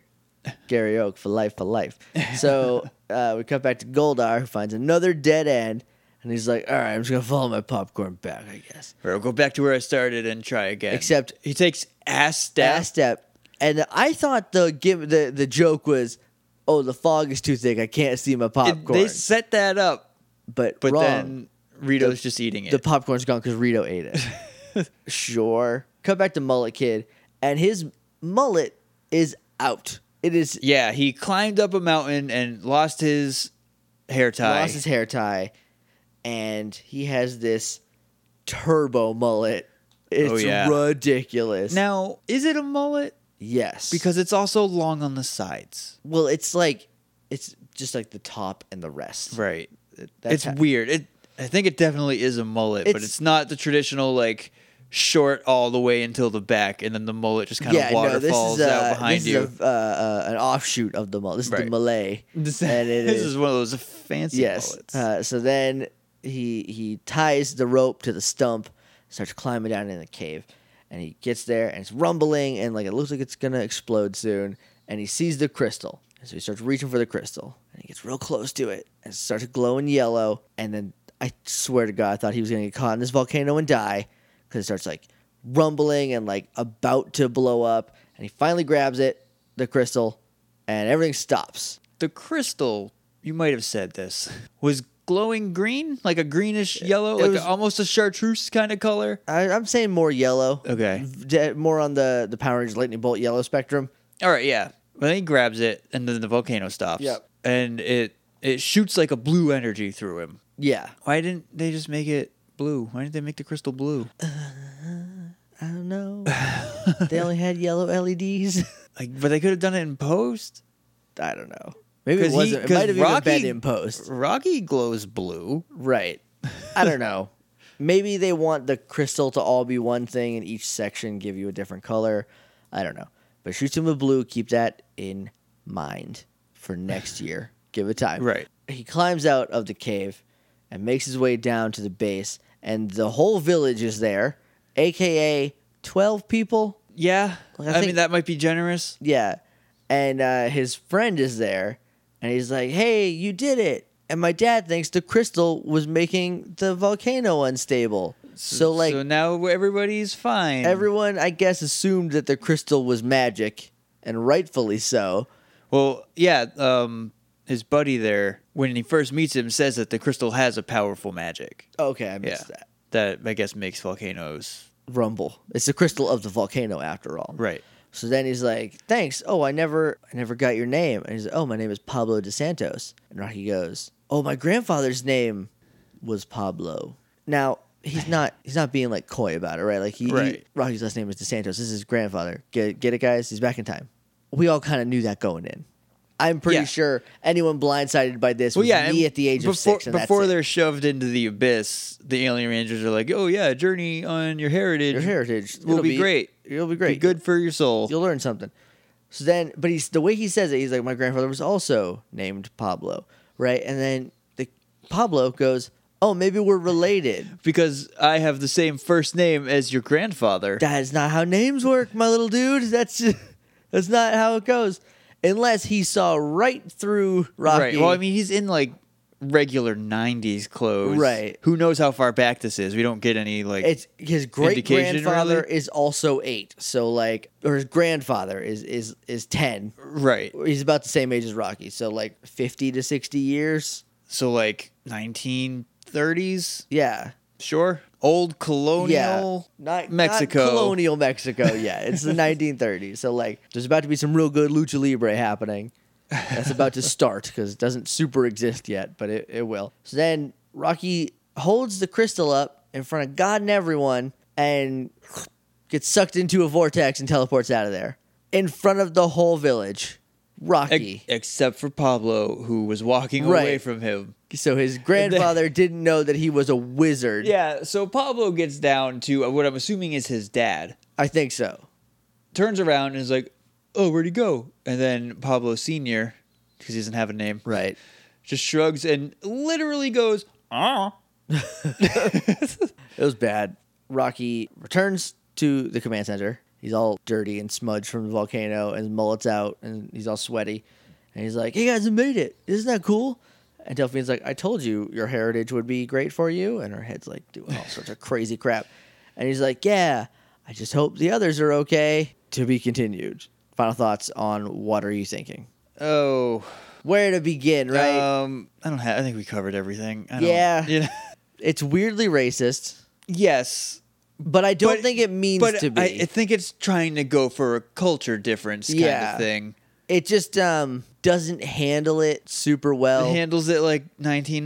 Gary Oak for life, for life. So uh, uh, we cut back to Goldar, who finds another dead end, and he's like, "All right, I'm just gonna follow my popcorn back, I guess." Or go back to where I started and try again. Except- he takes ass step. Last step, and I thought the give the the joke was, "Oh, the fog is too thick, I can't see my It- popcorn." they set that up, but but wrong. then Rito's just eating it. the popcorn's gone because Rito ate it. sure. Cut back to Mullet Kid, and his mullet is out. It is yeah, he climbed up a mountain and lost his hair tie. lost his hair tie, and he has this turbo mullet. It's Oh, yeah. ridiculous. now, is it a mullet? yes, Because it's also long on the sides. well, it's like it's just like the top and the rest. Right. That's it's how- weird. It I think it definitely is a mullet, but It's- it's not the traditional like short all the way until the back and then the mullet just kind yeah, of no, this waterfalls is uh, out behind this you. is a, uh, uh, an offshoot of the mullet. This is the Right. Malay, this and it this is- is, one of those fancy Yes. mullets. Uh, so then he he ties the rope to the stump, starts climbing down in the cave, and he gets there and it's rumbling and like it looks like it's gonna explode soon. And he sees the crystal, and so he starts reaching for the crystal, and he gets real close to it and it starts glowing yellow. And then I swear to God, I thought he was gonna get caught in this volcano and die because it starts like rumbling and like about to blow up. And he finally grabs it, the crystal, and everything stops. the crystal, you might have said this, was glowing green, like a greenish yellow, it like was- almost a chartreuse kind of color. I, I'm saying more yellow. Okay. De- more on the the Power Rangers Lightning Bolt yellow spectrum. All right, yeah. But then he grabs it, and then the volcano stops. Yep. And it it shoots like a blue energy through him. Yeah. Why didn't they just make it blue? Why didn't they make the crystal blue? I don't know. they only had yellow E LEDs. Like, but they could have done it in post. I don't know. Maybe 'Cause it he- wasn't. it 'cause might have Rocky- even been in post. Rocky glows blue. Right. I don't know. Maybe they want the crystal to all be one thing and each section give you a different color. I don't know. But shoots him with blue. Keep that in mind for next year. Give it time. Right. He climbs out of the cave and makes his way down to the base, and the whole village is there, aka 12 people. Yeah. Like, I I, think- mean, that might be generous. Yeah. And uh, his friend is there, and he's like, hey, you did it. And my dad thinks the crystal was making the volcano unstable. So, like, so now everybody's fine. everyone, I guess, assumed that the crystal was magic, and rightfully so. Well, yeah. Um, his buddy there, when he first meets him, says that the crystal has a powerful magic. Okay, I Yeah. missed that. That I guess makes volcanoes Rumble. It's the crystal of the volcano, after all. right. So then he's like, "Thanks. Oh, I never, I never got your name." And he's like, "Oh, my name is Pablo de Santos." And Rocky goes, "Oh, my grandfather's name was Pablo." Now he's not, he's not being like coy about it, right? Like he, he- Right. Rocky's last name is de Santos. This is his grandfather. Get, get it, guys? He's back in time. We all kind of knew that going in. I'm pretty Yeah. sure anyone blindsided by this Well, was yeah. me and at the age before, of six. And before that's it. they're shoved into the abyss, the alien rangers are like, "Oh yeah, journey on your heritage. your heritage will It'll be, great. It'll be Be great. good for your soul." you'll learn something. So then, but he's the way he says it. He's like, my grandfather was also named Pablo, right? And then the Pablo goes, oh, maybe we're related. because I have the same first name as your grandfather. That's not how names work, my little dude. That's that's not how it goes. Unless he saw right through Rocky. Right. Well, I mean, he's in like regular '90s clothes. Right. Who knows how far back this is? We don't get any like. it's his great Indication, grandfather really? is also eight, so like, or his grandfather is is is ten. right. He's about the same age as Rocky, so like fifty to sixty years. So like 1930s. Yeah, Sure. Old colonial. yeah. not, Mexico. not colonial Mexico. Yeah, it's the 1930s. So like, there's about to be some real good lucha libre happening. That's about to start because it doesn't super exist yet, but it, it will. So then Rocky holds the crystal up in front of God and everyone, and gets sucked into a vortex and teleports out of there in front of the whole village. Rocky. Ex- except for Pablo, who was walking away Right. from him. so his grandfather didn't know that he was a wizard. Yeah. So Pablo gets down to uh, what I'm assuming is his dad. I think so. Turns around and is like, "Oh, where'd he go?" And then Pablo Senior, because he doesn't have a name. Right. just shrugs and literally goes, "Ah." It was bad. Rocky returns to the command center. He's all dirty and smudged from the volcano, and his mullet's out, and he's all sweaty. And he's like, "You guys have made it! Isn't that cool?" And Delphine's like, "I told you your heritage would be great for you." And her head's like doing all sorts of crazy crap. And he's like, "Yeah, I just hope the others are okay." To be continued. Final thoughts on what are you thinking? Oh, Where to begin, right? Um, I don't have. I think we covered everything. I don't, Yeah. you know- it's weirdly racist, yes. but I don't But- think it means But to be. I, I think it's trying to go for a culture difference kind Yeah. of thing. it just um, doesn't handle it super well. it handles it like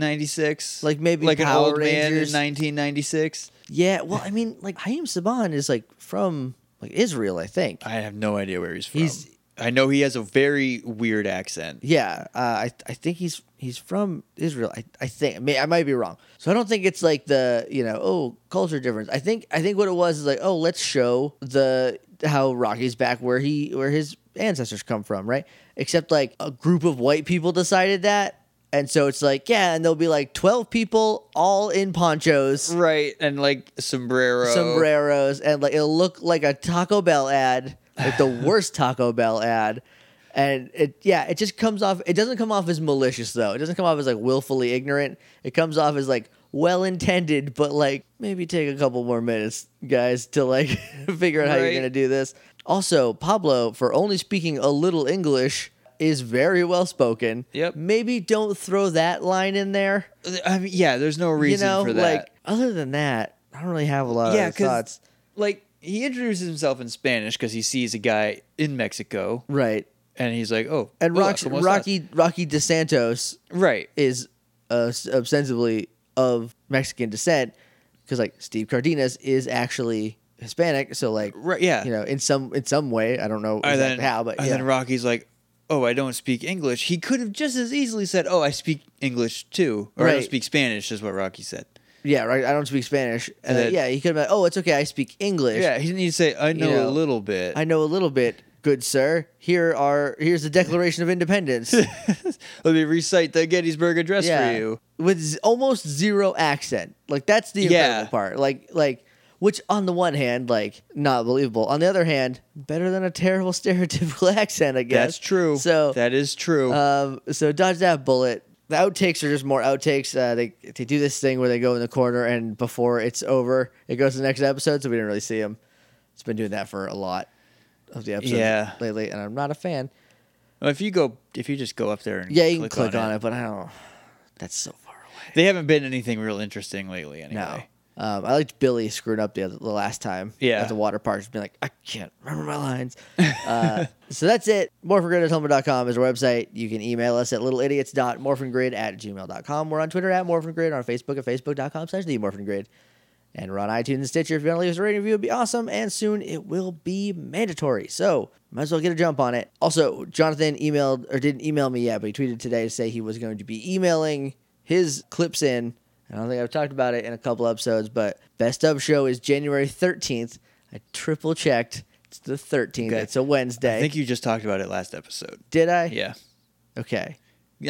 1996. Like maybe like Power an old man in Rangers. 1996. yeah, well, I mean, like Hayim Saban is like from like Israel, I think. I have no idea where he's from. He's- I know he has a very weird accent. Yeah, uh, I I think he's he's from Israel. I, I think I, may, I might be wrong. So I don't think it's like the you know oh culture difference. I think I think what it was is like oh let's show the how Rocky's back where he where his ancestors come from, right? Except like a group of white people decided that, and so it's like yeah, and there'll be like twelve people all in ponchos, Right, and like sombrero. sombreros, and like it'll look like a Taco Bell ad, like the worst Taco Bell ad. And it, yeah, it just comes off. It doesn't come off as malicious though. It doesn't come off as like willfully ignorant. It comes off as like well intended, but like maybe take a couple more minutes, guys, to like figure out how you're Right. gonna do this. Also, Pablo, for only speaking a little English, is very well spoken. Yep. Maybe don't throw that line in there. I mean, yeah, there's no reason you know, for that. like other than that, I don't really have a lot yeah, of Uh, thoughts. because like he introduces himself in Spanish because he sees a guy in Mexico, Right. and he's like, "Oh, And hola, Rocky, ¿cómo estás? Rocky Rocky DeSantos right? is uh, ostensibly of Mexican descent because like Steve Cardenas is actually Hispanic, so like Right, yeah. you know in some in some way I don't know And exactly then how, but and yeah. then Rocky's like, "Oh, I don't speak English." He could have just as easily said, "Oh, I speak English too," or "I Right. don't speak Spanish," is what Rocky said. yeah, right. I don't speak Spanish, and And then, then- yeah, he could have been like, oh, it's okay, I speak English. Yeah, he didn't need to say, "I know, know, a little bit." I know a little bit, good sir. Here are here's the Declaration of Independence. Let me recite the Gettysburg Address yeah, for you. with z- almost zero accent. Like that's the Yeah. incredible part. Like like which on the one hand like not believable. On the other hand, better than a terrible stereotypical accent. I guess That's true. So that is true. um, so dodge that bullet. The outtakes are just more outtakes. Uh, they they do this thing where they go in the corner and before it's over, it goes to the next episode. So we didn't really see him. It's been doing that for a lot of the episodes Yeah. lately, and I'm not a fan. Well, if you go, if you just go up there and Yeah, you click can click on, it. but I don't. That's so far away. They haven't been anything real interesting lately, anyway. No. Um, I liked Billy screwing up the, other, the last time Yeah. at the water park, just being like, I can't remember my lines. uh, so that's it. MorphinGrid.com is our website. You can email us at littleidiots.morphingrid at gmail.com. We're on Twitter at morphingrid, on Facebook at facebook.com slash the morphingrid. And we're on iTunes and Stitcher. If you want to leave us a rating review, it'd be awesome. And soon it will be mandatory. So might as well get a jump on it. Also, Jonathan emailed or didn't email me yet, but he tweeted today to say he was going to be emailing his clips in. I don't think I've talked about it in a couple episodes, but Best Of Show is January 13th. I triple checked. It's the 13th. Okay. It's a Wednesday. I think you just talked about it last episode. Did I? Yeah. Okay.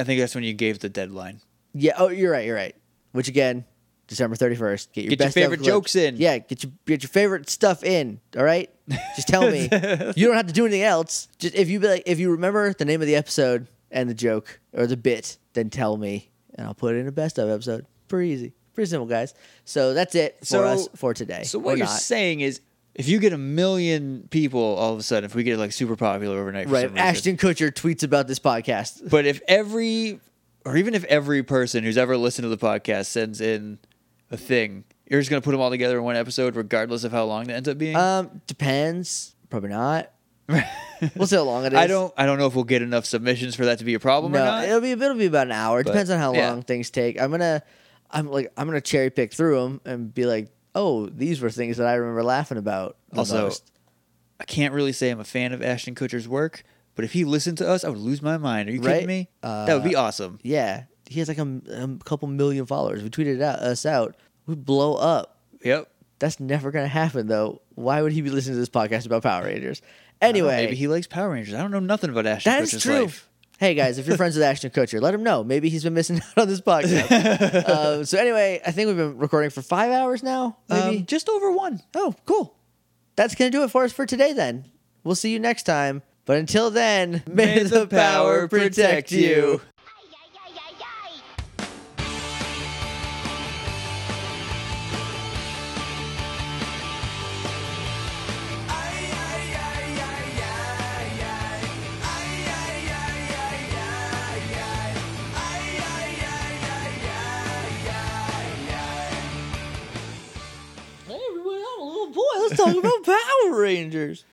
I think that's when you gave the deadline. Yeah. Oh, you're right. You're right. Which again, December 31st. Get your, Get your best of favorite clips. jokes in. Yeah. Get your get your favorite stuff in. All right. Just tell me. you don't have to do anything else. Just if you be like, if you remember the name of the episode and the joke or the bit, then tell me, and I'll put it in a best of episode. Pretty easy. Pretty simple, guys. So that's it for So- us for today. So Or what you're not. saying is, if you get a million people all of a sudden, if we get like super popular overnight, for right? some reason- Ashton Kutcher tweets about this podcast. But if every, or even if every person who's ever listened to the podcast sends in a thing, you're just gonna put them all together in one episode, regardless of how long that ends up being. Um, depends. Probably not. we'll see how long it is. I don't. I don't know if we'll get enough submissions for that to be a problem or No, not. it'll be it'll be about an hour. It But, Depends on how yeah. long things take. I'm gonna, I'm like I'm gonna cherry pick through them and be like, oh, these were things that I remember laughing about. the Also, most. I can't really say I'm a fan of Ashton Kutcher's work, but if he listened to us, I would lose my mind. Are you Right? Uh, kidding me? that would be awesome. yeah, he has like a, m- a couple million followers. We tweeted it out, us out. We blow up. Yep. That's never gonna happen though. Why would he be listening to this podcast about Power Rangers? I don't know, Anyway, maybe he likes Power Rangers. I don't know nothing about Ashton That is Kutcher's true. life. Hey guys, if you're friends with Ashton Kutcher, let him know. Maybe he's been missing out on this podcast. uh, so anyway, I think we've been recording for five hours now. Maybe Um, just over one. Oh, cool. That's going to do it for us for today then. We'll see you next time. But until then, may, the, power protect you. ay, ay, ay, ay, ay. Hey, everybody, I'm a little boy. Let's talk about Power Rangers.